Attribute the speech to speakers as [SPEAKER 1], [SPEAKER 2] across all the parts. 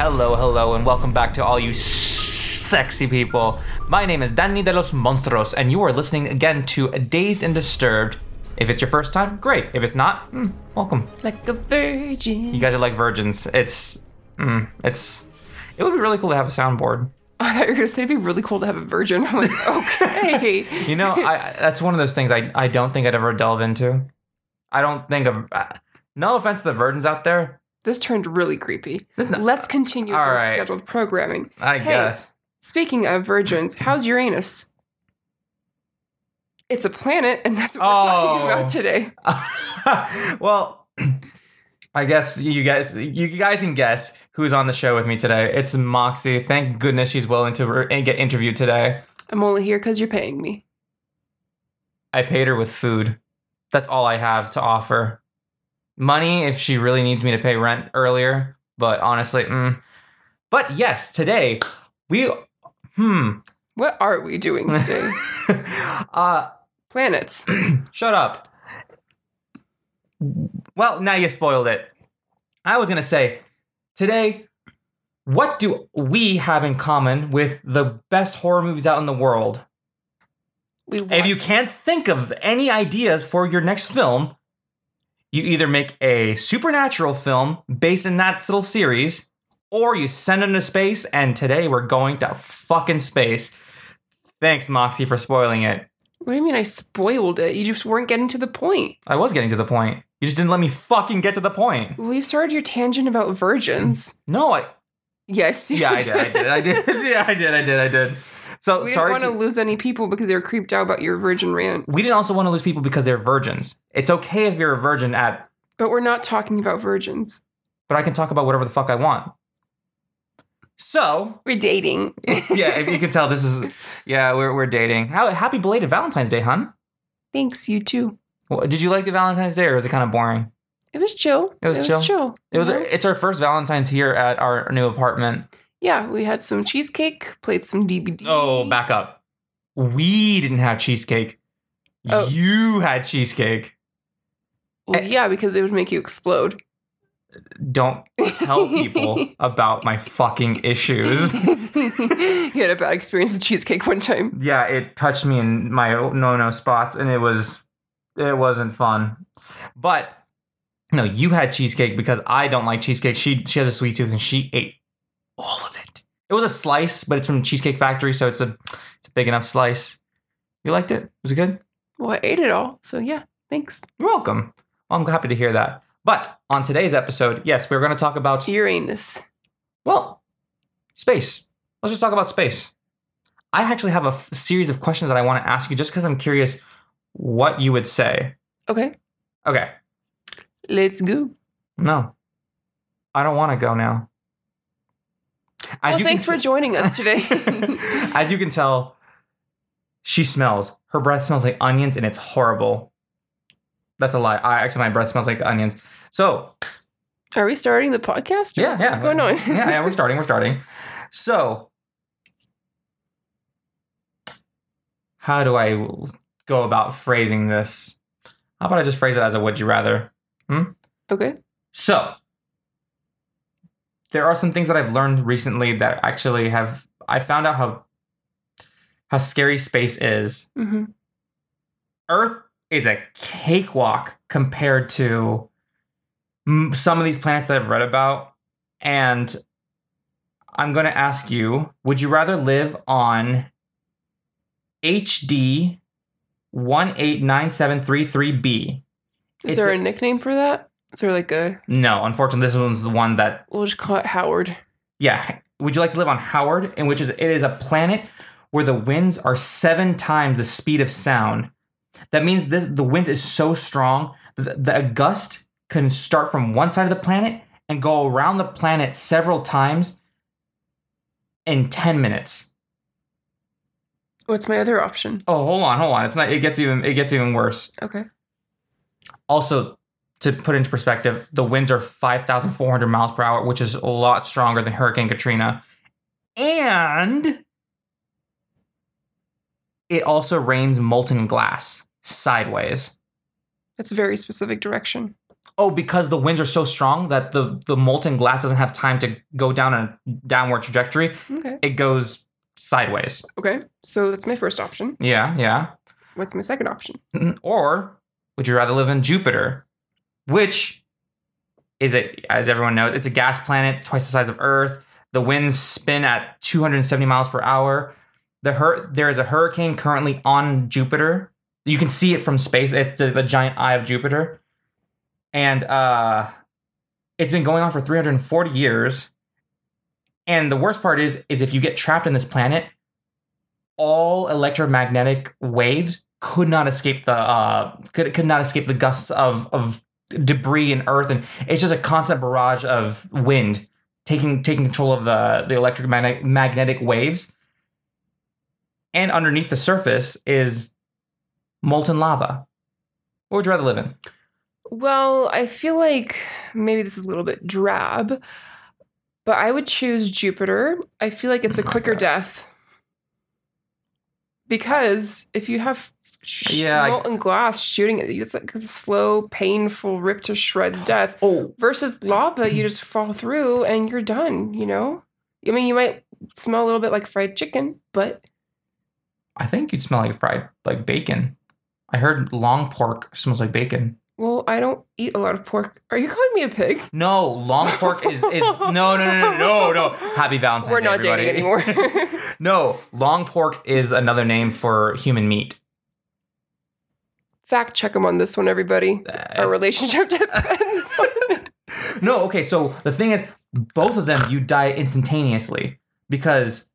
[SPEAKER 1] Hello, hello, and welcome back to all you s- sexy people. My name is Danny de los Monstros, and you are listening again to Dazed and Disturbed. If it's your first time, great. If it's not, mm, welcome.
[SPEAKER 2] Like a virgin.
[SPEAKER 1] You guys are like virgins. It's, mm, it's, it would be really cool to have a soundboard.
[SPEAKER 2] I thought you were gonna say it'd be really cool to have a virgin. I'm like, okay.
[SPEAKER 1] You know, I, that's one of those things I, I don't think I'd ever delve into. I don't think of. Uh, no offense to the virgins out there.
[SPEAKER 2] this turned really creepy.
[SPEAKER 1] This not-
[SPEAKER 2] Let's continue with
[SPEAKER 1] All
[SPEAKER 2] our
[SPEAKER 1] right.
[SPEAKER 2] scheduled programming.
[SPEAKER 1] I
[SPEAKER 2] Hey.
[SPEAKER 1] guess.
[SPEAKER 2] Speaking of virgins, how's Uranus? It's a planet, and that's what we're
[SPEAKER 1] Oh.
[SPEAKER 2] talking about today.
[SPEAKER 1] well, I guess you guys you guys can guess who's on the show with me today. It's Moxie. Thank goodness she's willing to re- and get interviewed today.
[SPEAKER 2] I'm only here because you're paying me.
[SPEAKER 1] I paid her with food. That's all I have to offer. Money if she really needs me to pay rent earlier, but honestly, mm. but yes, today we hmm
[SPEAKER 2] What are we doing today?
[SPEAKER 1] uh
[SPEAKER 2] Planets.
[SPEAKER 1] Shut up. Well, now you spoiled it. I was going to say today, what do we have in common with the best horror movies out in the world?
[SPEAKER 2] We
[SPEAKER 1] If you can't think of any ideas for your next film, you either make a supernatural film based in that little series, or you send them to space, and today we're going to fucking space. Thanks, Moxie, for spoiling it.
[SPEAKER 2] what do you mean I spoiled it? You just weren't getting to the point.
[SPEAKER 1] I was getting to the point. You just didn't let me fucking get to the point.
[SPEAKER 2] We started your tangent about virgins.
[SPEAKER 1] No, I
[SPEAKER 2] Yes. you
[SPEAKER 1] yeah, I did, I did, I did, yeah, I did, I did, I did. So
[SPEAKER 2] We
[SPEAKER 1] sorry.
[SPEAKER 2] didn't want
[SPEAKER 1] to-
[SPEAKER 2] to lose any people because they were creeped out about your virgin rant.
[SPEAKER 1] we didn't also want to lose people because they're virgins. It's okay if you're a virgin at,
[SPEAKER 2] But we're not talking about virgins.
[SPEAKER 1] but I can talk about whatever the fuck I want. So
[SPEAKER 2] We're dating.
[SPEAKER 1] yeah, if you can tell, this is yeah, we're we're dating. How happy belated Valentine's Day, hun?
[SPEAKER 2] Thanks, you too.
[SPEAKER 1] Well, did you like the Valentine's Day, or was it kind of boring?
[SPEAKER 2] It was chill.
[SPEAKER 1] It was chill.
[SPEAKER 2] chill.
[SPEAKER 1] It was.
[SPEAKER 2] you know?
[SPEAKER 1] It's our first Valentine's here at our new apartment.
[SPEAKER 2] yeah, we had some cheesecake, played some DVD.
[SPEAKER 1] Oh, back up. We didn't have cheesecake.
[SPEAKER 2] Oh.
[SPEAKER 1] You had cheesecake. Eh.
[SPEAKER 2] Well, yeah, because it would make you explode.
[SPEAKER 1] Don't tell people about my fucking issues.
[SPEAKER 2] you had a bad experience with cheesecake one time.
[SPEAKER 1] Yeah, it touched me in my no no spots, and it was it wasn't fun. But no, you had cheesecake because I don't like cheesecake. She she has a sweet tooth, and she ate all of it. It was a slice, but it's from Cheesecake Factory, so it's a it's a big enough slice. You liked it? Was it good?
[SPEAKER 2] Well, I ate it all, so yeah, thanks.
[SPEAKER 1] You're welcome. Well, I'm happy to hear that. But on today's episode, yes, we're going to talk about,
[SPEAKER 2] Uranus.
[SPEAKER 1] well, space. Let's just talk about space. I actually have a f- series of questions that I want to ask you just because I'm curious what you would say.
[SPEAKER 2] Okay,
[SPEAKER 1] Okay.
[SPEAKER 2] let's go.
[SPEAKER 1] No, I don't want to go now.
[SPEAKER 2] Well, thanks for
[SPEAKER 1] can,
[SPEAKER 2] joining us today.
[SPEAKER 1] As you can tell, she smells. Her breath smells like onions and it's horrible. That's a lie. I actually, my breath smells like onions. So,
[SPEAKER 2] Are we starting the podcast? or
[SPEAKER 1] Yeah,
[SPEAKER 2] what's
[SPEAKER 1] yeah.
[SPEAKER 2] going on?
[SPEAKER 1] yeah, yeah, we're starting. We're starting. So, how do I go about phrasing this? How about I just phrase it as a would you rather?
[SPEAKER 2] okay.
[SPEAKER 1] So, there are some things that I've learned recently that actually have I found out how how scary space is.
[SPEAKER 2] hmm
[SPEAKER 1] Earth is a cakewalk compared to mm, some of these planets that I've read about. And I'm going to ask you would you rather live on HD 189733b?
[SPEAKER 2] Is
[SPEAKER 1] It's
[SPEAKER 2] there
[SPEAKER 1] a-
[SPEAKER 2] a nickname for that? Is there like a
[SPEAKER 1] No, unfortunately, this one's the one that,
[SPEAKER 2] we'll just call it Howard?
[SPEAKER 1] yeah. Would you like to live on Howard, in which is it is a planet where the winds are seven times the speed of sound? That means this the wind is so strong that the gust can start from one side of the planet and go around the planet several times in 10 minutes.
[SPEAKER 2] What's my other option?
[SPEAKER 1] Oh, hold on, hold on. It's not it gets even it gets even worse.
[SPEAKER 2] Okay.
[SPEAKER 1] Also, to put into perspective, the winds are 5,400 miles per hour, which is a lot stronger than Hurricane Katrina. And it also rains molten glass sideways.
[SPEAKER 2] That's a very specific direction.
[SPEAKER 1] oh, because the winds are so strong that the the molten glass doesn't have time to go down a downward trajectory.
[SPEAKER 2] Okay.
[SPEAKER 1] It goes sideways.
[SPEAKER 2] Okay. So that's my first option.
[SPEAKER 1] Yeah, yeah.
[SPEAKER 2] What's my second option?
[SPEAKER 1] Mhm. Or would you rather live in Jupiter, which is it as everyone knows, it's a gas planet twice the size of Earth. The winds spin at 270 miles per hour. The hur- there is a hurricane currently on Jupiter. You can see it from space. It's the, the giant eye of Jupiter, and uh, it's been going on for 340 years. And the worst part is, is if you get trapped in this planet, all electromagnetic waves could not escape the uh could could not escape the gusts of of debris and earth and it's just a constant barrage of wind taking taking control of the the electromagnetic magnetic waves and underneath the surface is molten lava what would you rather live in
[SPEAKER 2] Well, I feel like maybe this is a little bit drab, but I would choose Jupiter. I feel like it's a
[SPEAKER 1] Oh my
[SPEAKER 2] quicker
[SPEAKER 1] God.
[SPEAKER 2] death. Because if you have sh-
[SPEAKER 1] Yeah, I-
[SPEAKER 2] molten glass shooting at you, it's like a slow, painful, rip to shreds death.
[SPEAKER 1] oh
[SPEAKER 2] Versus lava, you just fall through and you're done, you know? I mean, you might smell a little bit like fried chicken, but
[SPEAKER 1] i think you'd smell like fried like bacon i heard long pork smells like bacon
[SPEAKER 2] well, I don't eat a lot of pork. Are you calling me a pig?
[SPEAKER 1] no long pork is is no no no no no no happy valentine's
[SPEAKER 2] We're
[SPEAKER 1] Day,
[SPEAKER 2] not
[SPEAKER 1] everybody.
[SPEAKER 2] dating anymore.
[SPEAKER 1] No, long pork is another name for human meat.
[SPEAKER 2] Fact check them on this one, everybody. Our
[SPEAKER 1] That's-
[SPEAKER 2] relationship depends. on-
[SPEAKER 1] no, okay, so the thing is, both of them you die instantaneously because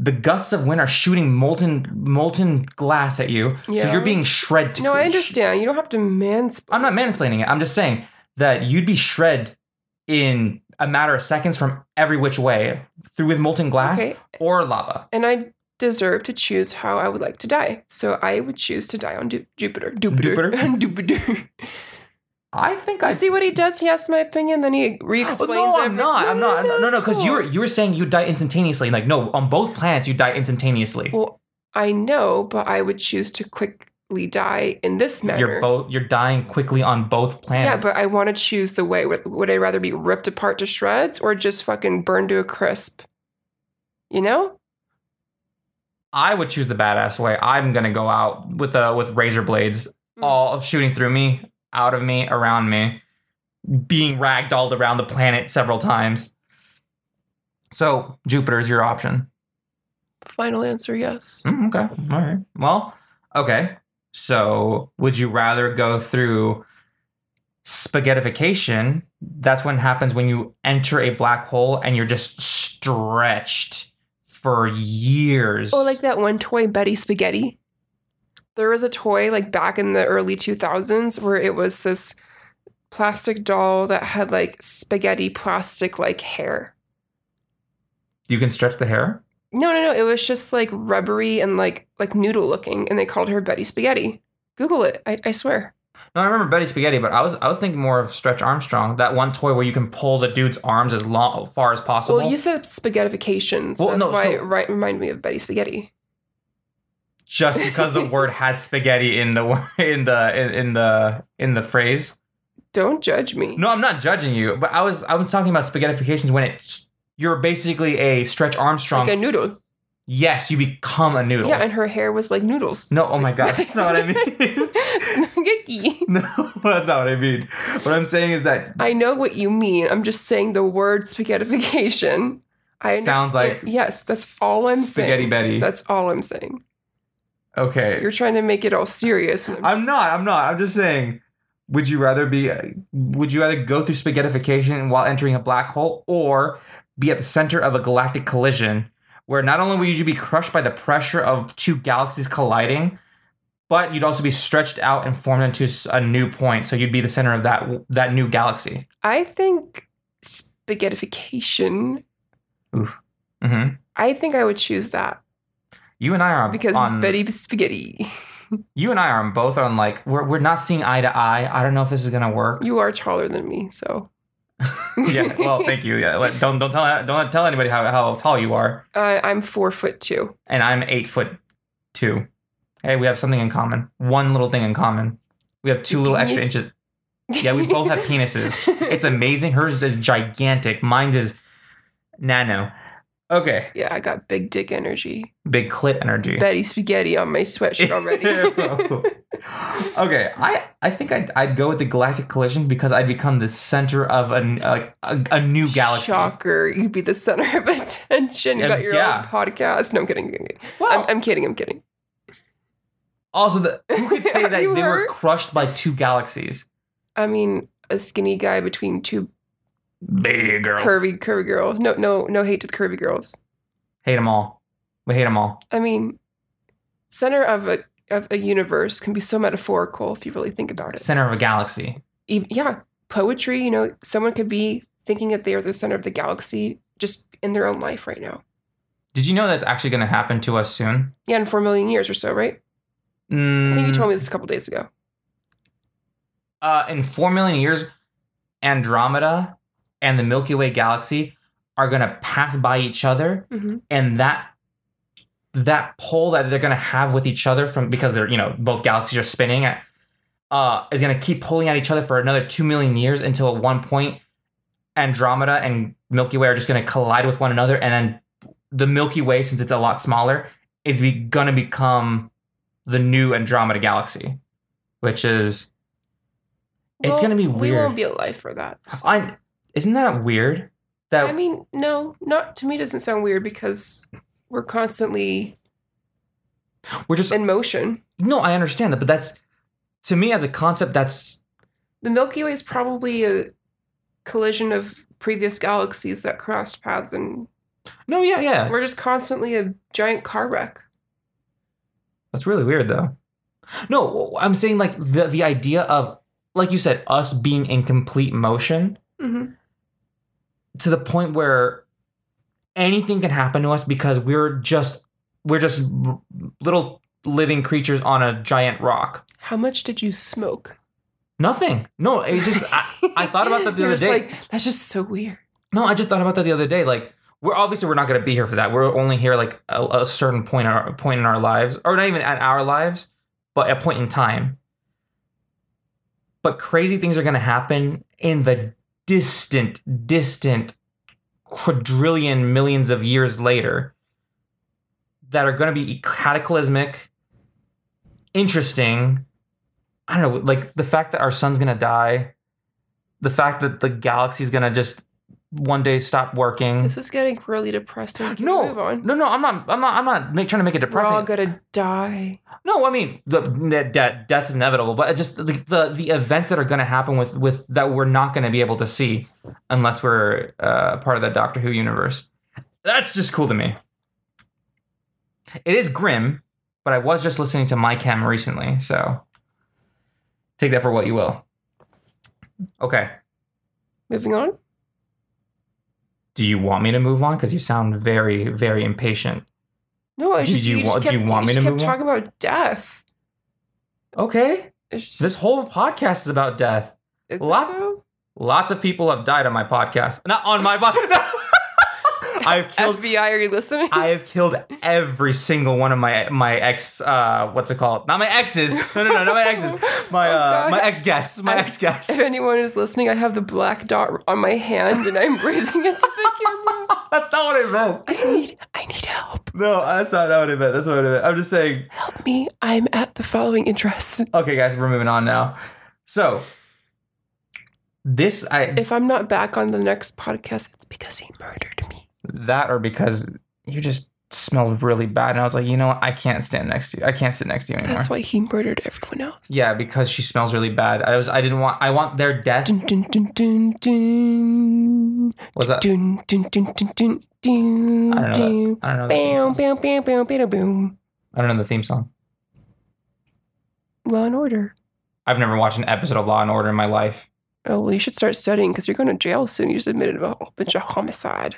[SPEAKER 1] the gusts of wind are shooting molten molten glass at you. So
[SPEAKER 2] Yeah.
[SPEAKER 1] you're being shred
[SPEAKER 2] no, I understand. You don't have to mansplain.
[SPEAKER 1] I'm not mansplaining it. I'm just saying that you'd be shred in a matter of seconds from every which way through with molten glass
[SPEAKER 2] Okay.
[SPEAKER 1] or lava.
[SPEAKER 2] And I deserve to choose how I would like to die. So I would choose to die on Ju- Jupiter. Jupiter.
[SPEAKER 1] Jupiter?
[SPEAKER 2] Jupiter.
[SPEAKER 1] I think I
[SPEAKER 2] You see what he does? He asks my opinion, then he
[SPEAKER 1] Oh,
[SPEAKER 2] re-explains
[SPEAKER 1] no, I'm
[SPEAKER 2] everything.
[SPEAKER 1] not. I'm not. No, no,
[SPEAKER 2] it's
[SPEAKER 1] because you were
[SPEAKER 2] cool.
[SPEAKER 1] you were saying you die instantaneously. Like no, on both planets you die instantaneously.
[SPEAKER 2] Well, I know, but I would choose to quickly die in this manner.
[SPEAKER 1] you're both you're dying quickly on both
[SPEAKER 2] Yeah,
[SPEAKER 1] planets.
[SPEAKER 2] but I want to choose the way. Would, would I rather be ripped apart to shreds or just fucking burned to a crisp? You know?
[SPEAKER 1] I would choose the badass way. I'm gonna go out with uh with razor blades
[SPEAKER 2] Mm.
[SPEAKER 1] all shooting through me, out of me, around me, being ragdolled around the planet several times. So Jupiter is your option.
[SPEAKER 2] Final answer, yes.
[SPEAKER 1] Mm, okay. All right. Well, okay. So, would you rather go through spaghettification? That's when happens when you enter a black hole and you're just stretched for years.
[SPEAKER 2] Oh, like that one toy, Betty Spaghetti. There was a toy like back in the early 2000s where it was this plastic doll that had like spaghetti plastic like hair.
[SPEAKER 1] you can stretch the hair.
[SPEAKER 2] No, no, no. It was just like rubbery and like like noodle looking, and they called her Betty Spaghetti. Google it. I, I swear.
[SPEAKER 1] No, I remember Betty Spaghetti, but I was I was thinking more of Stretch Armstrong, that one toy where you can pull the dude's arms as long far as possible.
[SPEAKER 2] Well, you said spaghettification, so
[SPEAKER 1] Well,
[SPEAKER 2] that's
[SPEAKER 1] no,
[SPEAKER 2] why
[SPEAKER 1] so-
[SPEAKER 2] it ri- reminded me of Betty Spaghetti.
[SPEAKER 1] just because the word had spaghetti in the wor- in the in, in the in the phrase.
[SPEAKER 2] Don't judge me.
[SPEAKER 1] No, I'm not judging you, but I was I was talking about spaghettifications when it's you're basically a Stretch Armstrong.
[SPEAKER 2] Like a noodle.
[SPEAKER 1] yes, you become a um, noodle.
[SPEAKER 2] Yeah, and her hair was like noodles.
[SPEAKER 1] no, oh my god, that's not what I mean.
[SPEAKER 2] Spaghetti.
[SPEAKER 1] no, that's not what I mean. What I'm saying is that
[SPEAKER 2] I know what you mean. I'm just saying the word spaghettification. I
[SPEAKER 1] Sounds
[SPEAKER 2] understand-
[SPEAKER 1] like
[SPEAKER 2] yes. That's all I'm
[SPEAKER 1] spaghetti
[SPEAKER 2] saying.
[SPEAKER 1] Betty.
[SPEAKER 2] That's all I'm saying.
[SPEAKER 1] okay.
[SPEAKER 2] You're trying to make it all serious. and
[SPEAKER 1] I'm
[SPEAKER 2] just-
[SPEAKER 1] not. I'm not. I'm just saying. Would you rather be? uh, Would you rather go through spaghettification while entering a black hole, or be at the center of a galactic collision, where not only would you be crushed by the pressure of two galaxies colliding, but you'd also be stretched out and formed into s- a new point. So you'd be the center of that that new galaxy.
[SPEAKER 2] I think spaghettification.
[SPEAKER 1] hmm
[SPEAKER 2] I think I would choose that
[SPEAKER 1] You and I are
[SPEAKER 2] because
[SPEAKER 1] on.
[SPEAKER 2] Betty Spaghetti.
[SPEAKER 1] you and I are on both on like we're we're not seeing eye to eye. I don't know if this is gonna work.
[SPEAKER 2] You are taller than me, so.
[SPEAKER 1] yeah. Well, thank you. Yeah. like, Don't don't tell don't tell anybody how how tall you are.
[SPEAKER 2] Uh, I'm four foot two.
[SPEAKER 1] and I'm eight foot two. Hey, we have something in common. One little thing in common. We have two
[SPEAKER 2] Your
[SPEAKER 1] little
[SPEAKER 2] penis?
[SPEAKER 1] extra inches. Yeah, we both have penises. It's amazing. Hers is gigantic. Mine's is nano. Okay,
[SPEAKER 2] yeah, I got big dick energy.
[SPEAKER 1] big clit energy.
[SPEAKER 2] Betty spaghetti on my sweatshirt already.
[SPEAKER 1] okay, I I think I'd, I'd go with the galactic collision because I'd become the center of an like a, a new galaxy.
[SPEAKER 2] Shocker. You'd be the center of attention. You
[SPEAKER 1] Yeah,
[SPEAKER 2] got your
[SPEAKER 1] yeah. Oh.
[SPEAKER 2] own podcast. No, I'm kidding. I'm kidding.
[SPEAKER 1] Well,
[SPEAKER 2] I'm, I'm kidding. I'm kidding.
[SPEAKER 1] also the, you could say
[SPEAKER 2] Are
[SPEAKER 1] that they
[SPEAKER 2] you
[SPEAKER 1] were
[SPEAKER 2] hurt?
[SPEAKER 1] crushed by two galaxies.
[SPEAKER 2] I mean, a skinny guy between two
[SPEAKER 1] Big girls.
[SPEAKER 2] curvy, curvy girls. No, no, no hate to the curvy girls.
[SPEAKER 1] Hate them all. We hate them all.
[SPEAKER 2] I mean, center of a of a universe can be so metaphorical if you really think about it.
[SPEAKER 1] Center of a galaxy.
[SPEAKER 2] E- Yeah, poetry. You know, someone could be thinking that they are the center of the galaxy just in their own life right now.
[SPEAKER 1] Did you know that's actually going to happen to us soon? Mm,
[SPEAKER 2] Yeah, in four million years or so, right? I think you told me this a couple days ago.
[SPEAKER 1] uh, in four million years, Andromeda and the Milky Way galaxy are going to pass by each other,
[SPEAKER 2] Mm-hmm.
[SPEAKER 1] and that that pull that they're going to have with each other from because they're you know both galaxies are spinning at, uh, is going to keep pulling at each other for another two million years until at one point Andromeda and Milky Way are just going to collide with one another, and then the Milky Way, since it's a lot smaller, is be- going to become the new Andromeda galaxy, which is It's gonna be
[SPEAKER 2] We
[SPEAKER 1] weird.
[SPEAKER 2] won't be alive for that.
[SPEAKER 1] I oh. isn't that weird? That
[SPEAKER 2] I mean, no, not to me doesn't sound weird because we're constantly
[SPEAKER 1] we're just
[SPEAKER 2] in motion.
[SPEAKER 1] no. I understand that, but that's to me as a concept. That's
[SPEAKER 2] The Milky Way is probably a collision of previous galaxies that crossed paths and
[SPEAKER 1] no. Yeah, yeah.
[SPEAKER 2] we're just constantly a giant car wreck.
[SPEAKER 1] That's really weird, though. No, I'm saying like the the idea of like you said, us being in complete motion
[SPEAKER 2] Mhm.
[SPEAKER 1] to the point where anything can happen to us because we're just we're just little living creatures on a giant rock.
[SPEAKER 2] How much did you smoke?
[SPEAKER 1] Nothing. No, it's just I, I thought about that the
[SPEAKER 2] You're
[SPEAKER 1] other
[SPEAKER 2] just
[SPEAKER 1] day.
[SPEAKER 2] Like that's just so weird.
[SPEAKER 1] No, I just thought about that the other day. Like, we're obviously we're not going to be here for that. We're only here like a, a certain point, in our, point in our lives, or not even at our lives, but a point in time. But crazy things are going to happen in the distant, distant quadrillion millions of years later that are going to be cataclysmic, interesting. I don't know, like the fact that our sun's going to die, the fact that the galaxy's going to just one day stop working.
[SPEAKER 2] This is getting really depressing. Can
[SPEAKER 1] No.
[SPEAKER 2] we move on.
[SPEAKER 1] No, no, I'm not. I'm not. I'm not make, trying to make it
[SPEAKER 2] We're all
[SPEAKER 1] depressing.
[SPEAKER 2] gonna die.
[SPEAKER 1] No, I mean the, that that- that's inevitable, but it just the, the the events that are going to happen with with that we're not going to be able to see unless we're uh, part of the Doctor Who universe. That's just cool to me. It is grim, but I was just listening to my cam recently, so take that for what you will. Okay,
[SPEAKER 2] Moving on.
[SPEAKER 1] do you want me to move on? Because you sound very very impatient.
[SPEAKER 2] No, I
[SPEAKER 1] Do
[SPEAKER 2] just
[SPEAKER 1] you
[SPEAKER 2] just
[SPEAKER 1] wa- do you
[SPEAKER 2] kept-
[SPEAKER 1] want me
[SPEAKER 2] just
[SPEAKER 1] to
[SPEAKER 2] kept
[SPEAKER 1] move on?
[SPEAKER 2] talking about death.
[SPEAKER 1] Okay,
[SPEAKER 2] It's just,
[SPEAKER 1] this whole podcast is about death.
[SPEAKER 2] is it
[SPEAKER 1] lots-
[SPEAKER 2] though?
[SPEAKER 1] Lots of people have died on my podcast. Not on my podcast. I've killed.
[SPEAKER 2] FBI, are you listening?
[SPEAKER 1] I have killed every single one of my my ex. Uh, what's it called? Not my exes. No, no, no, not my exes. My
[SPEAKER 2] Oh,
[SPEAKER 1] uh,
[SPEAKER 2] God.
[SPEAKER 1] my ex guests. My
[SPEAKER 2] I-
[SPEAKER 1] ex guests.
[SPEAKER 2] If anyone is listening, I have the black dot on my hand and I'm raising it to the camera.
[SPEAKER 1] That's not what I meant.
[SPEAKER 2] I need, I need help.
[SPEAKER 1] No, that's not what I meant. That's not what I meant. I'm just saying.
[SPEAKER 2] Help me. I'm at the following address.
[SPEAKER 1] Okay, guys, we're moving on now. So this I
[SPEAKER 2] If I'm not back on the next podcast, it's because he murdered me.
[SPEAKER 1] that or because you just smelled really bad, and I was like, you know what? I can't stand next to you. I can't sit next to you anymore.
[SPEAKER 2] That's why he murdered everyone else.
[SPEAKER 1] Yeah, because she smells really bad. I was I didn't want I want their death.
[SPEAKER 2] Dun, dun, dun, dun, dun.
[SPEAKER 1] Was that
[SPEAKER 2] Dun, dun, dun, dun, dun, dun,
[SPEAKER 1] Uh, I don't know.
[SPEAKER 2] dun.
[SPEAKER 1] I don't know. The theme song.
[SPEAKER 2] Bam, bam, bam, bam, bam, boom.
[SPEAKER 1] I don't know the theme song.
[SPEAKER 2] Law and order.
[SPEAKER 1] I've never watched an episode of Law and Order in my life.
[SPEAKER 2] Oh, well, you should start studying because you're going to jail soon. You just admitted a whole bunch of homicide.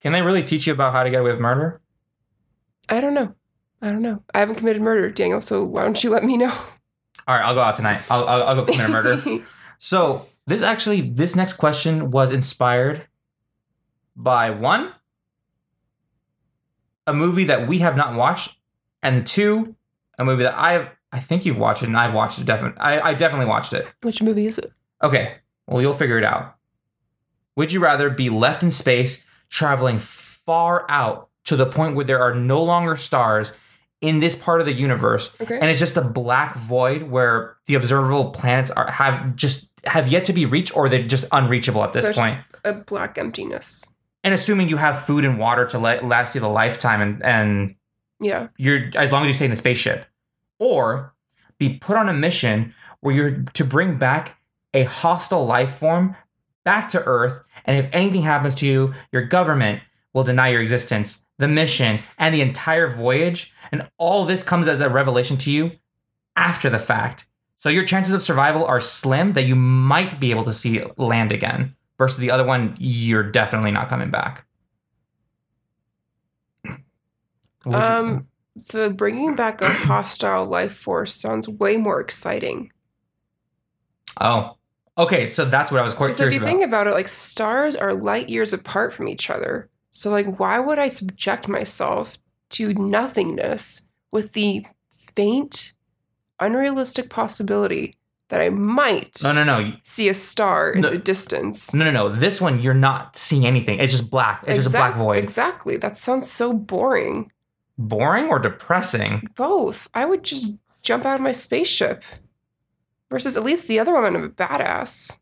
[SPEAKER 1] Can they really teach you about how to get away with murder?
[SPEAKER 2] I don't know. I don't know. I haven't committed murder, Daniel. So why don't you let me know?
[SPEAKER 1] All right, I'll go out tonight. I'll I'll, I'll go commit a murder. So this actually this next question was inspired by one a movie that we have not watched, and two a movie that I have I think you've watched it, and I've watched it. Definitely, I, I definitely watched it.
[SPEAKER 2] Which movie is it?
[SPEAKER 1] Okay, well, you'll figure it out. Would you rather be left in space, traveling far out to the point where there are no longer stars in this part of the universe,
[SPEAKER 2] Okay.
[SPEAKER 1] and it's just a black void where the observable planets are have just have yet to be reached, or they're just unreachable at this
[SPEAKER 2] So it's
[SPEAKER 1] point?
[SPEAKER 2] just a black emptiness.
[SPEAKER 1] And assuming you have food and water to let, last you the lifetime, and and
[SPEAKER 2] Yeah.
[SPEAKER 1] you're as long as you stay in the spaceship, or be put on a mission where you're to bring back a hostile life form back to Earth, and if anything happens to you, your government will deny your existence, the mission, and the entire voyage, and all this comes as a revelation to you after the fact. So your chances of survival are slim that you might be able to see land again. Versus the other one, you're definitely not coming back. Would you-
[SPEAKER 2] Um, the bringing back a hostile life force sounds way more exciting.
[SPEAKER 1] Oh, okay. So that's what I was quite
[SPEAKER 2] Because if
[SPEAKER 1] curious
[SPEAKER 2] you
[SPEAKER 1] about.
[SPEAKER 2] think about it, like stars are light years apart from each other. So like, why would I subject myself to nothingness with the faint, unrealistic possibility that I might
[SPEAKER 1] no, no, no,
[SPEAKER 2] see a star in
[SPEAKER 1] No.
[SPEAKER 2] the distance?
[SPEAKER 1] no, no, no. This one, you're not seeing anything. It's just black. It's just a black
[SPEAKER 2] Exact-
[SPEAKER 1] void.
[SPEAKER 2] Exactly. That sounds so boring.
[SPEAKER 1] Boring or depressing?
[SPEAKER 2] Both. I would just jump out of my spaceship. Versus at least the other one, I'm a badass.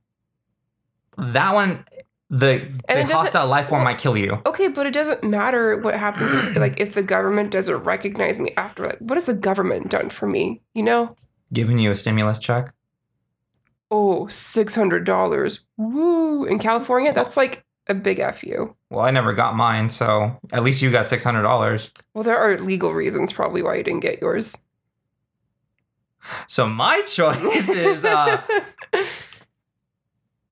[SPEAKER 1] That one, the,
[SPEAKER 2] And
[SPEAKER 1] the
[SPEAKER 2] it doesn't-
[SPEAKER 1] hostile life form
[SPEAKER 2] well-
[SPEAKER 1] might kill you.
[SPEAKER 2] Okay, but it doesn't matter what happens. like, if the government doesn't recognize me after, like, what has the government done for me? You know?
[SPEAKER 1] Giving you a stimulus check.
[SPEAKER 2] Oh, $600. Woo. In California, that's like a big F you.
[SPEAKER 1] Well, I never got mine, so at least you got six hundred dollars.
[SPEAKER 2] Well, there are legal reasons probably why you didn't get yours.
[SPEAKER 1] So my choice is, uh,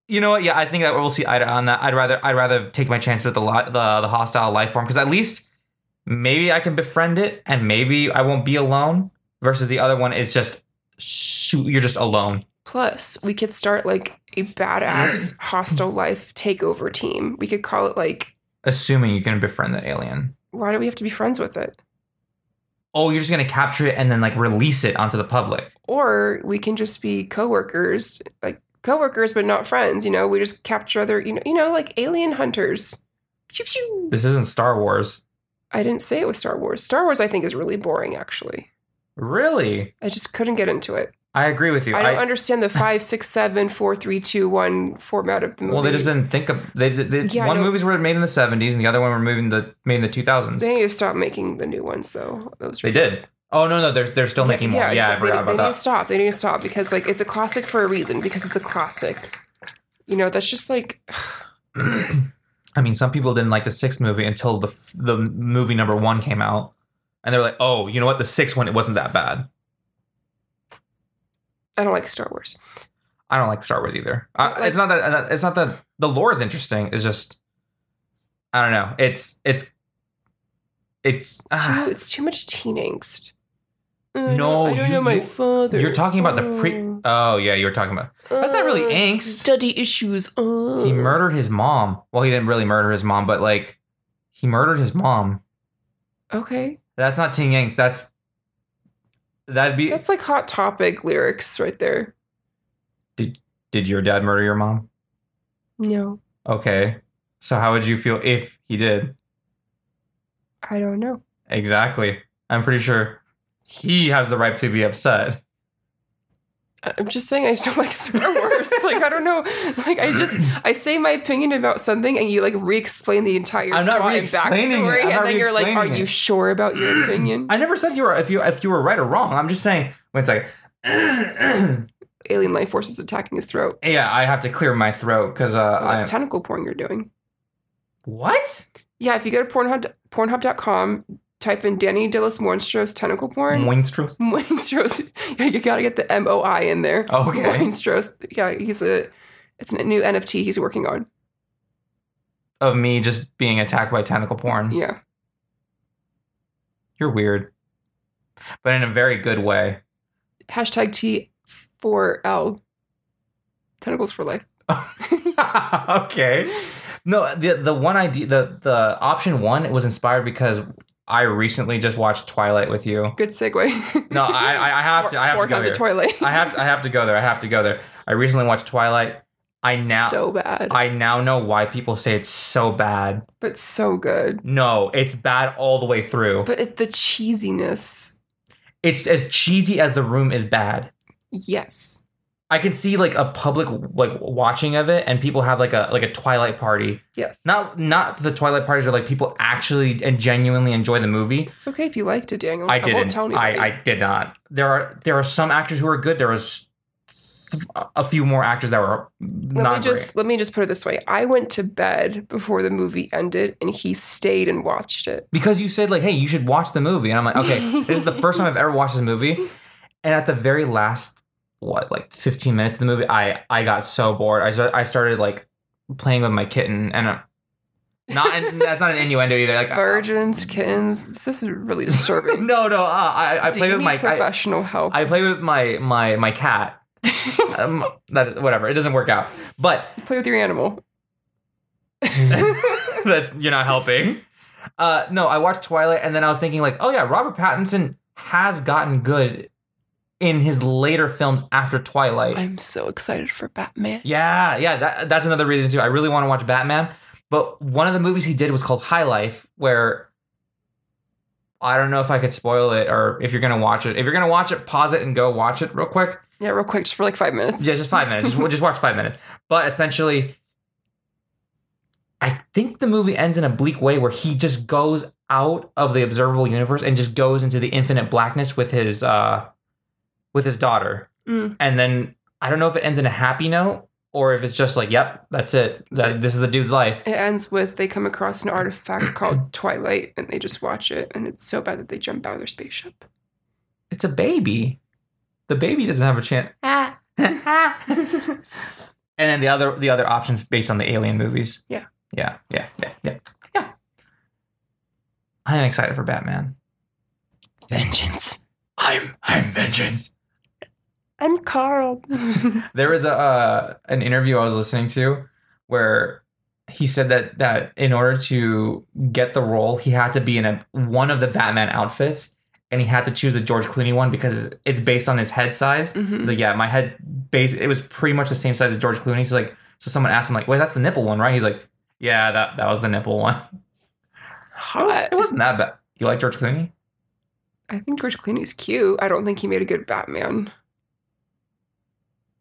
[SPEAKER 1] you know what? Yeah, I think that we'll see eye to eye on that. I'd rather I'd rather take my chances with the lot the the hostile life form because at least maybe I can befriend it and maybe I won't be alone. Versus the other one is just shoot, you're just alone.
[SPEAKER 2] Plus, we could start like a badass hostile life takeover team. We could call it like,
[SPEAKER 1] Assuming you can befriend the alien.
[SPEAKER 2] why do we have to be friends with it?
[SPEAKER 1] Oh, you're just gonna capture it and then like release it onto the public.
[SPEAKER 2] Or we can just be coworkers, like coworkers but not friends. You know, we just capture other, you know, you know, like alien hunters. Pew, pew.
[SPEAKER 1] This isn't Star Wars,
[SPEAKER 2] I didn't say it was Star Wars. Star Wars, I think, is really boring. Actually,
[SPEAKER 1] really.
[SPEAKER 2] I just couldn't get into it.
[SPEAKER 1] I agree with you.
[SPEAKER 2] I don't
[SPEAKER 1] I-
[SPEAKER 2] understand the five, six, seven, four, three, two, one format of the movie.
[SPEAKER 1] well, they just didn't think of they. they
[SPEAKER 2] Yeah,
[SPEAKER 1] one
[SPEAKER 2] no.
[SPEAKER 1] movies were made in the 70s and the other one were moving the made in the 2000s.
[SPEAKER 2] They need to stop making the new ones, though. Those
[SPEAKER 1] They did. Oh no, no, they're they're still making more. Yeah, I
[SPEAKER 2] exactly.
[SPEAKER 1] forgot
[SPEAKER 2] they,
[SPEAKER 1] about
[SPEAKER 2] they need
[SPEAKER 1] that.
[SPEAKER 2] to stop. They need to stop because like it's a classic for a reason. Because it's a classic. You know, that's just like
[SPEAKER 1] I mean, some people didn't like the sixth movie until the f- the movie number one came out, and they were like, "Oh, you know what? The sixth one, it wasn't that bad."
[SPEAKER 2] I don't like Star Wars.
[SPEAKER 1] I don't like Star Wars either. I,
[SPEAKER 2] Like-
[SPEAKER 1] it's not that uh, it's not that the lore is interesting. It's just I don't know. It's it's it's. ah.
[SPEAKER 2] Too, it's too much teen angst. Uh, I
[SPEAKER 1] No,
[SPEAKER 2] don't- I don't
[SPEAKER 1] you-
[SPEAKER 2] know my
[SPEAKER 1] you-
[SPEAKER 2] father.
[SPEAKER 1] You're talking about the pre.
[SPEAKER 2] Uh,
[SPEAKER 1] Oh yeah, you were talking about. That's not really
[SPEAKER 2] uh,
[SPEAKER 1] angst.
[SPEAKER 2] Daddy issues. Uh.
[SPEAKER 1] He murdered his mom. Well, he didn't really murder his mom, but like he murdered his mom.
[SPEAKER 2] Okay,
[SPEAKER 1] That's not teen angst. That's that'd be.
[SPEAKER 2] that's like hot topic lyrics right there.
[SPEAKER 1] Did your dad murder your mom?
[SPEAKER 2] No,
[SPEAKER 1] Okay. So how would you feel if he did?
[SPEAKER 2] I don't know.
[SPEAKER 1] Exactly. I'm pretty sure he has the right to be upset.
[SPEAKER 2] I- I'm just saying I just don't like Star Wars. like I don't know. Like I just I say my opinion about something and you like re-explain the entire
[SPEAKER 1] I'm not
[SPEAKER 2] story and
[SPEAKER 1] re-explaining it.
[SPEAKER 2] backstory,
[SPEAKER 1] I'm not
[SPEAKER 2] and then you're like, are
[SPEAKER 1] re-explaining
[SPEAKER 2] you
[SPEAKER 1] it."
[SPEAKER 2] sure about your opinion?
[SPEAKER 1] I never said you were if you if you were right or wrong. I'm just saying. Wait a second.
[SPEAKER 2] Alien life forces attacking his throat.
[SPEAKER 1] yeah, I have to clear my throat because uh,
[SPEAKER 2] It's like
[SPEAKER 1] I
[SPEAKER 2] tentacle porn you're doing.
[SPEAKER 1] what?
[SPEAKER 2] Yeah, if you go to Pornhub Pornhub.com, type in Danny Dillis Moinstros tentacle porn.
[SPEAKER 1] Winstrous.
[SPEAKER 2] Moinstros, yeah, you gotta get the M O I in there.
[SPEAKER 1] Okay.
[SPEAKER 2] Moinstros, yeah, he's a it's a new NFT he's working on.
[SPEAKER 1] Of me just being attacked by tentacle porn.
[SPEAKER 2] Yeah,
[SPEAKER 1] You're weird, but in a very good way.
[SPEAKER 2] hashtag T four L. Tentacles for life.
[SPEAKER 1] okay. No, the the one idea the the option one was inspired because I recently just watched Twilight with you.
[SPEAKER 2] Good segue.
[SPEAKER 1] No, I I I have to I have to
[SPEAKER 2] Work
[SPEAKER 1] go
[SPEAKER 2] on the
[SPEAKER 1] there.
[SPEAKER 2] toilet.
[SPEAKER 1] I have I have to go there. I have to go there. I recently watched Twilight. I now
[SPEAKER 2] so bad,
[SPEAKER 1] I now know why people say it's so bad.
[SPEAKER 2] but so good.
[SPEAKER 1] No, it's bad all the way through.
[SPEAKER 2] But it, the cheesiness,
[SPEAKER 1] it's as cheesy as the room is bad.
[SPEAKER 2] yes,
[SPEAKER 1] I can see like a public like watching of it and people have like a like a Twilight party.
[SPEAKER 2] yes.
[SPEAKER 1] Not not the Twilight parties are like people actually and genuinely enjoy the movie.
[SPEAKER 2] it's okay if you liked it, Daniel.
[SPEAKER 1] I
[SPEAKER 2] won't
[SPEAKER 1] didn't.
[SPEAKER 2] tell
[SPEAKER 1] I,
[SPEAKER 2] anybody.
[SPEAKER 1] I did not. There are there are some actors who are good. There was a few more actors that were
[SPEAKER 2] Let
[SPEAKER 1] not
[SPEAKER 2] me just let me just put it this way. I went to bed before the movie ended and he stayed and watched it.
[SPEAKER 1] great because you said like, hey, you should watch the movie, and I'm like, okay, this is the first time I've ever watched this movie, and at the very last what like 15 minutes of the movie, I I got so bored. I start, I started like playing with my kitten and. uh not and that's not an innuendo either. Like
[SPEAKER 2] Virgins, kittens. This is really disturbing.
[SPEAKER 1] No, no. Uh, I I
[SPEAKER 2] Do
[SPEAKER 1] play
[SPEAKER 2] you
[SPEAKER 1] with
[SPEAKER 2] need
[SPEAKER 1] my I,
[SPEAKER 2] professional help?
[SPEAKER 1] I play with my my my cat. um, that whatever. It doesn't work out. But
[SPEAKER 2] Play with your animal.
[SPEAKER 1] That's you're not helping. Uh, no, I watched Twilight, and then I was thinking like, oh yeah, Robert Pattinson has gotten good in his later films after Twilight.
[SPEAKER 2] I'm so excited for Batman.
[SPEAKER 1] yeah, yeah, that, that's another reason too. I really want to watch Batman, but one of the movies he did was called High Life, where I don't know if I could spoil it or if you're gonna watch it. If you're gonna watch it, pause it and go watch it real quick.
[SPEAKER 2] Yeah, real quick, just for like five minutes.
[SPEAKER 1] Yeah, just five minutes. Just, just watch five minutes. But essentially, I think the movie ends in a bleak way where he just goes out of the observable universe and just goes into the infinite blackness with his uh with his daughter.
[SPEAKER 2] Mm.
[SPEAKER 1] And then I don't know if it ends in a happy note or if it's just like, yep, that's it. That, this is the dude's life.
[SPEAKER 2] It ends with they come across an artifact called Twilight and they just watch it and it's so bad that they jump out of their spaceship.
[SPEAKER 1] It's a baby. The baby doesn't have a chance.
[SPEAKER 2] Ah.
[SPEAKER 1] and then the other the other options based on the alien movies.
[SPEAKER 2] Yeah.
[SPEAKER 1] Yeah. Yeah. Yeah. Yeah. Yeah. I'm excited for Batman. Vengeance. I'm I'm vengeance.
[SPEAKER 2] I'm Carl. Mm-hmm.
[SPEAKER 1] There was a uh, an interview I was listening to where he said that that in order to get the role, he had to be in a one of the Batman outfits, and he had to choose the George Clooney one because it's based on his head size.
[SPEAKER 2] Mhm.
[SPEAKER 1] He's like, yeah, my head base. It was pretty much the same size as George Clooney's. like, so someone asked him like, wait, that's the nipple one, right? He's like, yeah, that that was the nipple one.
[SPEAKER 2] Hot.
[SPEAKER 1] It wasn't that bad. You like George Clooney?
[SPEAKER 2] I think George Clooney's cute. I don't think he made a good Batman.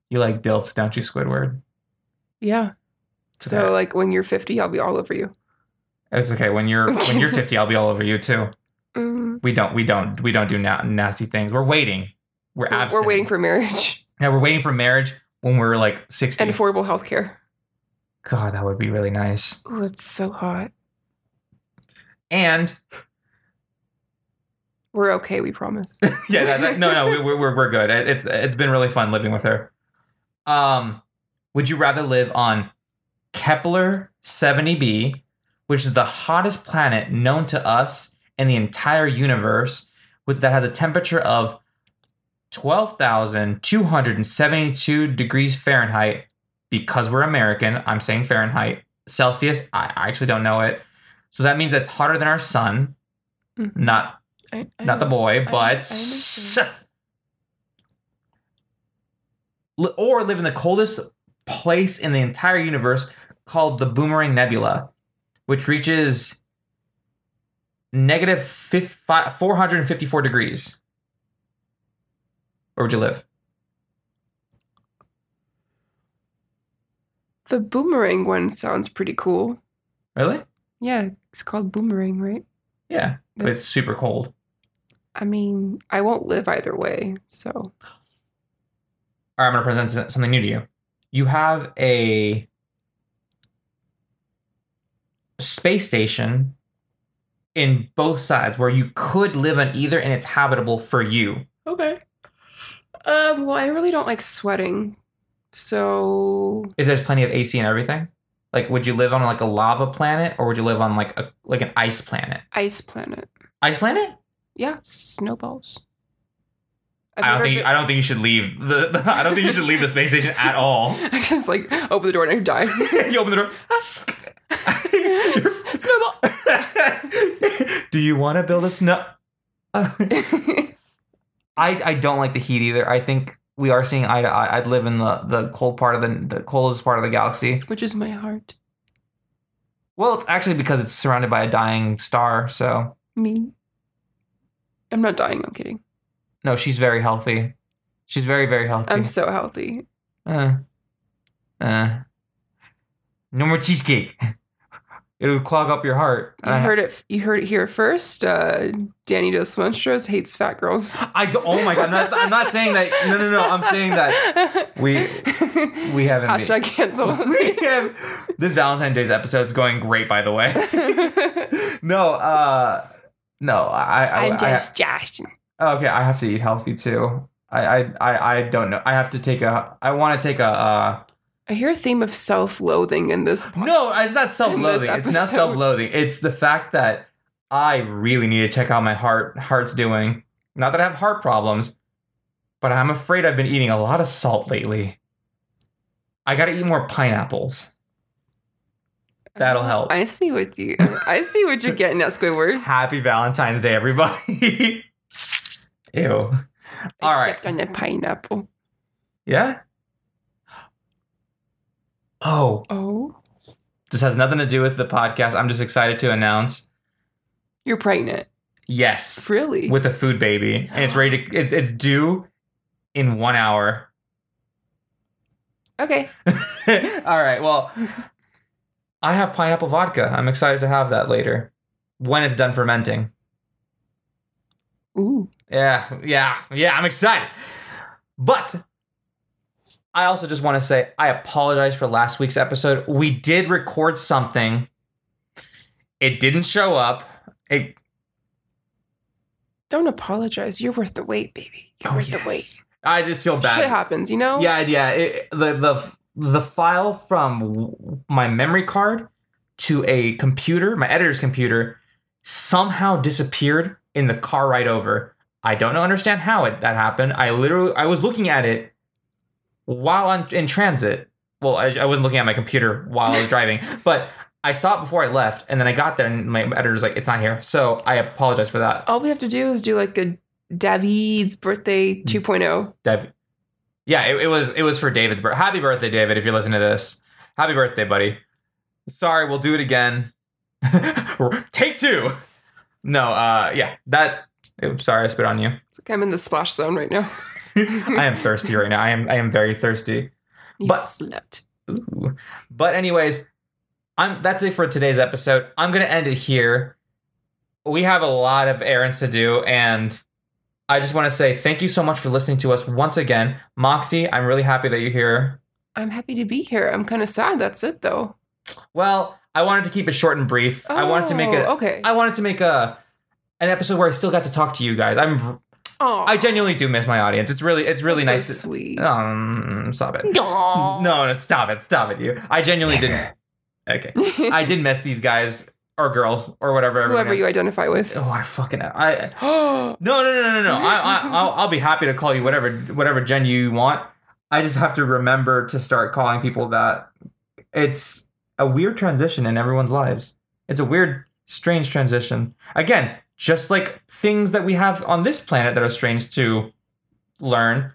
[SPEAKER 1] You like Dilfs, don't you, Squidward?
[SPEAKER 2] Yeah.
[SPEAKER 1] It's
[SPEAKER 2] So
[SPEAKER 1] okay.
[SPEAKER 2] like when you're 50, I'll be all over you.
[SPEAKER 1] it's okay when you're when you're 50, I'll be all over you too.
[SPEAKER 2] Mm.
[SPEAKER 1] We don't we don't we don't do na- nasty things. We're waiting. We're
[SPEAKER 2] We're-
[SPEAKER 1] absent.
[SPEAKER 2] We're waiting for marriage
[SPEAKER 1] Yeah, we're waiting for marriage when we're like 60.
[SPEAKER 2] and affordable healthcare.
[SPEAKER 1] God, that would be really nice.
[SPEAKER 2] Ooh, it's so hot.
[SPEAKER 1] And
[SPEAKER 2] We're okay, we promise.
[SPEAKER 1] yeah, that, that- no, no, we, we're we're- we're good. It- It's it's been really fun living with her. Um, would you rather live on Kepler seventy b, which is the hottest planet known to us in the entire universe, with that has a temperature of twelve thousand two hundred and seventy two degrees Fahrenheit? Because we're American, I'm saying Fahrenheit. Celsius, I, I actually don't know it. So that means it's hotter than our sun.
[SPEAKER 2] Mhm.
[SPEAKER 1] Not
[SPEAKER 2] I- I
[SPEAKER 1] not the
[SPEAKER 2] know.
[SPEAKER 1] boy,
[SPEAKER 2] I- I
[SPEAKER 1] but
[SPEAKER 2] understand.
[SPEAKER 1] Li- or live in the coldest place in the entire universe called the Boomerang Nebula, which reaches negative fif- fi- 454 degrees. Where would you live?
[SPEAKER 2] The boomerang one sounds pretty cool.
[SPEAKER 1] Really?
[SPEAKER 2] Yeah, it's called boomerang, right?
[SPEAKER 1] Yeah, but it's super cold.
[SPEAKER 2] I mean, I won't live either way, so
[SPEAKER 1] All right, I'm going to present s- something new to you. You have a space station in both sides where you could live on either and it's habitable for you.
[SPEAKER 2] Okay. Um, well, I really don't like sweating. So
[SPEAKER 1] If there's plenty of AC and everything. Like would you live on like a lava planet or would you live on like a like an ice planet?
[SPEAKER 2] ice planet.
[SPEAKER 1] Ice planet?
[SPEAKER 2] Yeah, snowballs. I've
[SPEAKER 1] I don't
[SPEAKER 2] never
[SPEAKER 1] think
[SPEAKER 2] been-
[SPEAKER 1] I don't think you should leave the, I don't think you should leave the space station at all.
[SPEAKER 2] I just like open the door and I die.
[SPEAKER 1] you open the door.
[SPEAKER 2] Snowball.
[SPEAKER 1] Do you want to build a snow? I I don't like the heat either. I think we are seeing eye to eye. I'd live in the the cold part of the the coldest part of the galaxy.
[SPEAKER 2] Which is my heart.
[SPEAKER 1] Well, it's actually because it's surrounded by a dying star. So
[SPEAKER 2] Me. I'm not dying. I'm kidding.
[SPEAKER 1] no, she's very healthy. She's very very healthy.
[SPEAKER 2] I'm so healthy.
[SPEAKER 1] Uh, uh. No more cheesecake. It'll clog up your heart. Eh.
[SPEAKER 2] You
[SPEAKER 1] I-
[SPEAKER 2] heard it. You heard it here first. Uh, Danny Dos Monstros hates fat girls.
[SPEAKER 1] I don't, oh my god! I'm not, I'm not saying that. No, no, no. I'm saying that we we haven't. made-
[SPEAKER 2] Hashtag cancel.
[SPEAKER 1] we have, this Valentine's Day's episode's going great, by the way. No, uh, no. I, I,
[SPEAKER 2] I'm
[SPEAKER 1] I-
[SPEAKER 2] just Josh.
[SPEAKER 1] okay. I have to eat healthy too. I, I, I, I don't know. I have to take a. I want to take a. Uh,
[SPEAKER 2] I hear a theme of self-loathing in this. po-
[SPEAKER 1] no, it's not self-loathing.
[SPEAKER 2] In this
[SPEAKER 1] It's not
[SPEAKER 2] episode.
[SPEAKER 1] self-loathing. It's the fact that I really need to check how my heart heart's doing. Not that I have heart problems, but I'm afraid I've been eating a lot of salt lately. I got to eat more pineapples. That'll help.
[SPEAKER 2] I see what you. I see what you're getting at, Squidward.
[SPEAKER 1] Happy Valentine's Day, everybody. Ew. All right.
[SPEAKER 2] Except on a pineapple.
[SPEAKER 1] Yeah. Oh,
[SPEAKER 2] Oh,
[SPEAKER 1] this has nothing to do with the podcast. I'm just excited to announce.
[SPEAKER 2] you're pregnant.
[SPEAKER 1] Yes,
[SPEAKER 2] Really?
[SPEAKER 1] with a food baby, and it's ready to. It's, it's due in one hour.
[SPEAKER 2] okay.
[SPEAKER 1] All right. Well, I have pineapple vodka. I'm excited to have that later when it's done fermenting.
[SPEAKER 2] Ooh.
[SPEAKER 1] Yeah, yeah, yeah, I'm excited. But I also just want to say I apologize for last week's episode. We did record something. It didn't show up. It
[SPEAKER 2] Don't apologize. You're worth the wait, baby. You're worth the wait.
[SPEAKER 1] oh, I just feel bad.
[SPEAKER 2] Shit happens, you know?
[SPEAKER 1] Yeah, yeah. It, the the the file from w- my memory card to a computer, my editor's computer, somehow disappeared in the car ride over. I don't know- understand how it that happened. I literally I was looking at it while on in transit. Well, I, I wasn't looking at my computer while I was driving, but I saw it before I left, and then I got there, and my editor's like, "It's not here." So I apologize for that.
[SPEAKER 2] All we have to do is do like a David's birthday oh. 2.0.
[SPEAKER 1] Deb. Yeah, it, it was it was for David's birthday. Happy birthday, David! If you're listening to this, happy birthday, buddy. Sorry, we'll do it again. Take two. No, uh, yeah, that. I'm sorry, I spit on you.
[SPEAKER 2] It's like I'm in the splash zone right now.
[SPEAKER 1] I am thirsty right now. I am I am very thirsty.
[SPEAKER 2] You
[SPEAKER 1] But-
[SPEAKER 2] slept.
[SPEAKER 1] Ooh. But anyways, I'm that's it for today's episode. I'm gonna end it here. We have a lot of errands to do, and I just want to say thank you so much for listening to us once again, Moxie. I'm really happy that you're here.
[SPEAKER 2] I'm happy to be here. I'm kind of sad. That's it, though.
[SPEAKER 1] Well, I wanted to keep it short and brief. I wanted to make it.
[SPEAKER 2] Oh, Okay.
[SPEAKER 1] I wanted to make a an episode where I still got to talk to you guys. I'm.
[SPEAKER 2] Aw,
[SPEAKER 1] I genuinely do miss my audience. It's really. It's really
[SPEAKER 2] that's
[SPEAKER 1] nice.
[SPEAKER 2] So sweet.
[SPEAKER 1] to, um, stop it.
[SPEAKER 2] Aw.
[SPEAKER 1] No, no, stop it, stop it, you. I genuinely did. Okay, I did miss these guys or girls or whatever. everyone
[SPEAKER 2] Whoever you
[SPEAKER 1] is.
[SPEAKER 2] identify with.
[SPEAKER 1] Oh, I fucking. I.
[SPEAKER 2] Oh,
[SPEAKER 1] No, no, no, no, no, no. I, I, I'll, I'll be happy to call you whatever, whatever gen you want. I just have to remember to start calling people that. It's a weird transition in everyone's lives. It's a weird, strange transition. Again, just like things that we have on this planet that are strange to learn.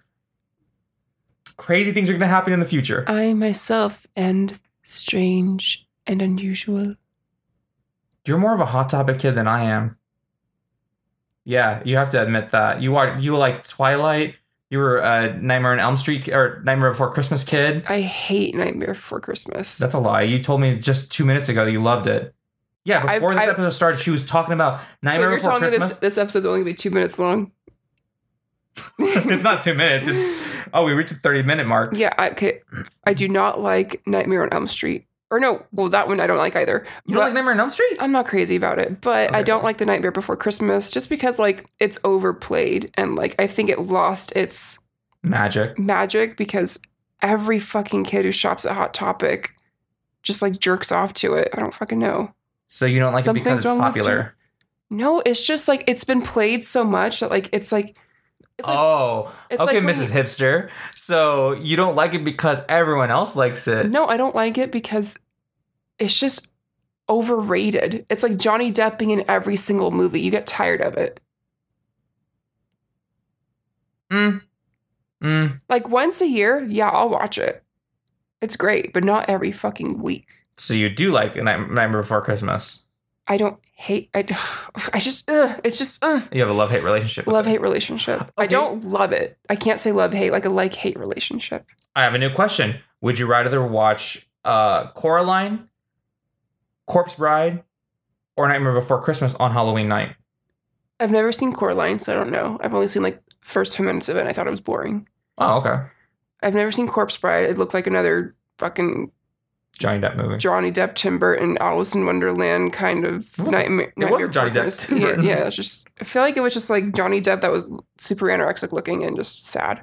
[SPEAKER 1] Crazy things are going to happen in the future.
[SPEAKER 2] I myself and strange and unusual.
[SPEAKER 1] You're more of a hot topic kid than I am. Yeah, you have to admit that. You are you like Twilight. You were a Nightmare on Elm Street or Nightmare Before Christmas kid.
[SPEAKER 2] I hate Nightmare Before Christmas.
[SPEAKER 1] That's a lie. You told me just two minutes ago that you loved it. Yeah,
[SPEAKER 2] I've-
[SPEAKER 1] before this
[SPEAKER 2] I've-
[SPEAKER 1] episode started, she was talking about
[SPEAKER 2] so
[SPEAKER 1] Nightmare
[SPEAKER 2] you're
[SPEAKER 1] Before
[SPEAKER 2] telling me
[SPEAKER 1] Christmas.
[SPEAKER 2] this, this episode's only gonna be two minutes long?
[SPEAKER 1] it's not two minutes. It's oh, we reached the thirty minute mark.
[SPEAKER 2] Yeah, I, okay. I do not like Nightmare on Elm Street. Or no, well, that one I don't like either.
[SPEAKER 1] You don't
[SPEAKER 2] But Oh.
[SPEAKER 1] like Nightmare on Elm Street?
[SPEAKER 2] I'm not crazy about it, but I
[SPEAKER 1] Okay.
[SPEAKER 2] don't like The Nightmare Before Christmas just because like it's overplayed and like I think it lost its
[SPEAKER 1] Magic.
[SPEAKER 2] magic because every fucking kid who shops at Hot Topic just like jerks off to it. I don't fucking know.
[SPEAKER 1] So you don't like it
[SPEAKER 2] Something's
[SPEAKER 1] because it's
[SPEAKER 2] wrong with
[SPEAKER 1] popular.
[SPEAKER 2] No, it's just like it's been played so much that like it's like it's like
[SPEAKER 1] oh,
[SPEAKER 2] it's
[SPEAKER 1] okay,
[SPEAKER 2] like when
[SPEAKER 1] Mrs.
[SPEAKER 2] you-
[SPEAKER 1] Hipster. So you don't like it because everyone else likes it.
[SPEAKER 2] No, I don't like it because it's just overrated. It's like Johnny Depp being in every single movie. You get tired of it.
[SPEAKER 1] Mm. Mm.
[SPEAKER 2] Like once a year, yeah, I'll watch it. It's great, but not every fucking week.
[SPEAKER 1] So you do like Night- Nightmare Before Christmas.
[SPEAKER 2] I don't hate. I, I just. Ugh, it's just ugh.
[SPEAKER 1] You have a love hate relationship. with
[SPEAKER 2] love
[SPEAKER 1] it.
[SPEAKER 2] hate relationship. I
[SPEAKER 1] Okay.
[SPEAKER 2] don't love it. I can't say love hate like a like hate relationship.
[SPEAKER 1] I have a new question. Would you rather watch uh, Coraline, Corpse Bride, or Nightmare Before Christmas on Halloween night?
[SPEAKER 2] I've never seen Coraline, so I don't know. I've only seen like first ten minutes of it. and I thought it was boring.
[SPEAKER 1] Oh, okay.
[SPEAKER 2] I've never seen Corpse Bride. It looked like another fucking
[SPEAKER 1] Johnny Depp movie.
[SPEAKER 2] Johnny Depp, Tim Burton, Alice in Wonderland kind of
[SPEAKER 1] It wasn't-
[SPEAKER 2] nightmare.
[SPEAKER 1] it wasn't
[SPEAKER 2] nightmare
[SPEAKER 1] Johnny Depp,
[SPEAKER 2] breakfast.
[SPEAKER 1] Tim Burton.
[SPEAKER 2] Yeah, yeah, it's just I feel like it was just like Johnny Depp that was super anorexic looking and just sad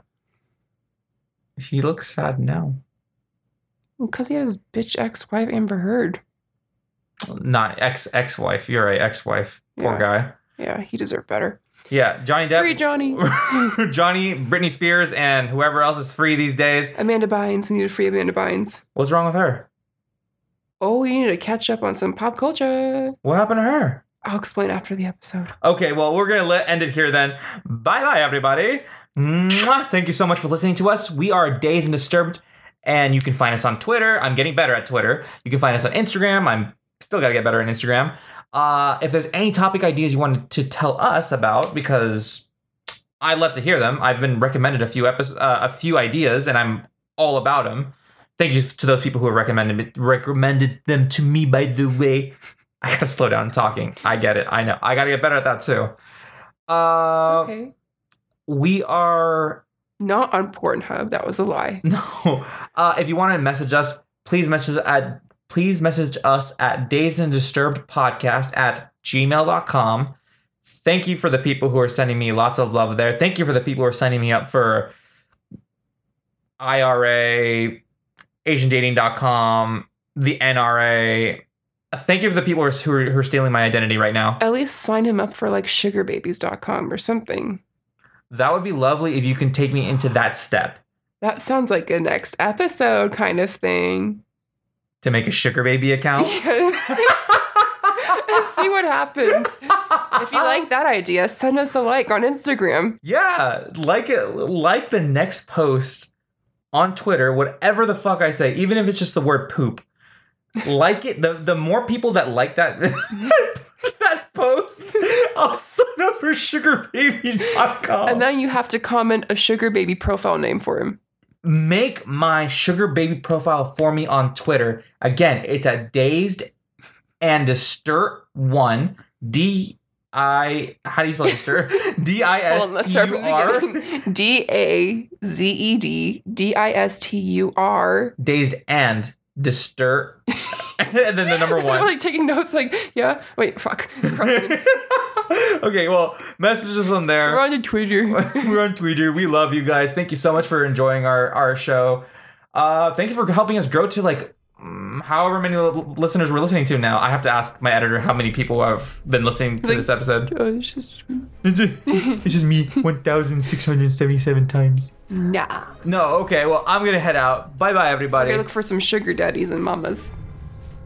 [SPEAKER 1] he looks sad now.
[SPEAKER 2] because he had his bitch ex wife Amber Heard.
[SPEAKER 1] Not ex ex wife. You're a ex wife. Poor
[SPEAKER 2] Yeah.
[SPEAKER 1] guy.
[SPEAKER 2] Yeah, he deserved better.
[SPEAKER 1] Yeah, Johnny
[SPEAKER 2] Free
[SPEAKER 1] Depp,
[SPEAKER 2] Johnny.
[SPEAKER 1] Johnny, Britney Spears, and whoever else is free these days.
[SPEAKER 2] Amanda Bynes. We need to free Amanda Bynes.
[SPEAKER 1] What's wrong with her?
[SPEAKER 2] Oh, you need to catch up on some pop culture.
[SPEAKER 1] What happened to her?
[SPEAKER 2] I'll explain after the episode.
[SPEAKER 1] Okay, well, we're gonna let end it here then. Bye bye, everybody. Mwah. Thank you so much for listening to us. We are Days and Disturbed, and you can find us on Twitter. I'm getting better at Twitter. You can find us on Instagram. I'm still gotta get better at Instagram. Uh, if there's any topic ideas you wanted to tell us about, because I love to hear them. I've been recommended a few episodes, uh, a few ideas, and I'm all about them. Thank you to those people who have recommended recommended them to me. By the way. I gotta slow down talking. I get it. I know. I gotta get better at that too. Uh,
[SPEAKER 2] it's okay.
[SPEAKER 1] We are
[SPEAKER 2] Not on Pornhub. That was a lie.
[SPEAKER 1] no. Uh, if you want to message us, please message at please message us at dazed and disturbed podcast at gmail.com. Thank you for the people who are sending me lots of love there. Thank you for the people who are signing me up for IRA, AsianDating.com, the NRA. Thank you for the people who are, who are, who are stealing my identity right now.
[SPEAKER 2] At least sign him up for like sugarbabies.com or something.
[SPEAKER 1] That would be lovely if you can take me into that step
[SPEAKER 2] That sounds like a next episode kind of thing.
[SPEAKER 1] to make a sugar baby account.
[SPEAKER 2] Let's see what happens. If you like that idea, send us a like on Instagram.
[SPEAKER 1] yeah, like it, like the next post on Twitter, whatever the fuck I say, even if it's just the word poop. Like it, the the more people that like that that post, I'll sign up for sugarbaby.com.
[SPEAKER 2] And then you have to comment a sugar baby profile name for him.
[SPEAKER 1] make my sugar baby profile for me on Twitter. Again, it's at dazed and disturb one d i how do you spell disturb d i
[SPEAKER 2] Hold on,
[SPEAKER 1] s
[SPEAKER 2] let's
[SPEAKER 1] t
[SPEAKER 2] start
[SPEAKER 1] u
[SPEAKER 2] from
[SPEAKER 1] r
[SPEAKER 2] the beginning. D A Z E D D I S T U R.
[SPEAKER 1] dazed and disturb and then the number
[SPEAKER 2] I'm
[SPEAKER 1] one.
[SPEAKER 2] like taking notes, like, yeah, wait, fuck.
[SPEAKER 1] okay, well, message us on there.
[SPEAKER 2] We're on to Twitter.
[SPEAKER 1] we're on Twitter. We love you guys. Thank you so much for enjoying our our show. Uh, thank you for helping us grow to like mm, however many l- listeners we're listening to now. I have to ask my editor how many people have been listening to
[SPEAKER 2] Like-
[SPEAKER 1] this episode.
[SPEAKER 2] Oh, it's just-
[SPEAKER 1] It's just, it's just me, one thousand six hundred seventy-seven times.
[SPEAKER 2] nah.
[SPEAKER 1] No, okay. Well, I'm gonna head out. Bye, bye,
[SPEAKER 2] I
[SPEAKER 1] everybody.
[SPEAKER 2] look for some sugar daddies and mamas.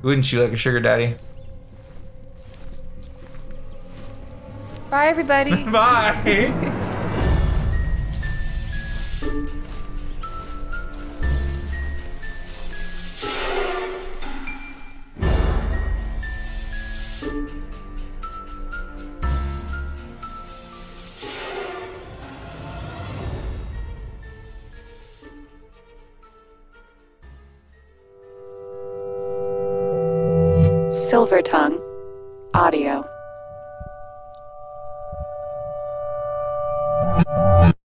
[SPEAKER 1] Wouldn't you like a sugar daddy?
[SPEAKER 2] Bye, everybody.
[SPEAKER 1] Bye.
[SPEAKER 3] Silver Tongue Audio.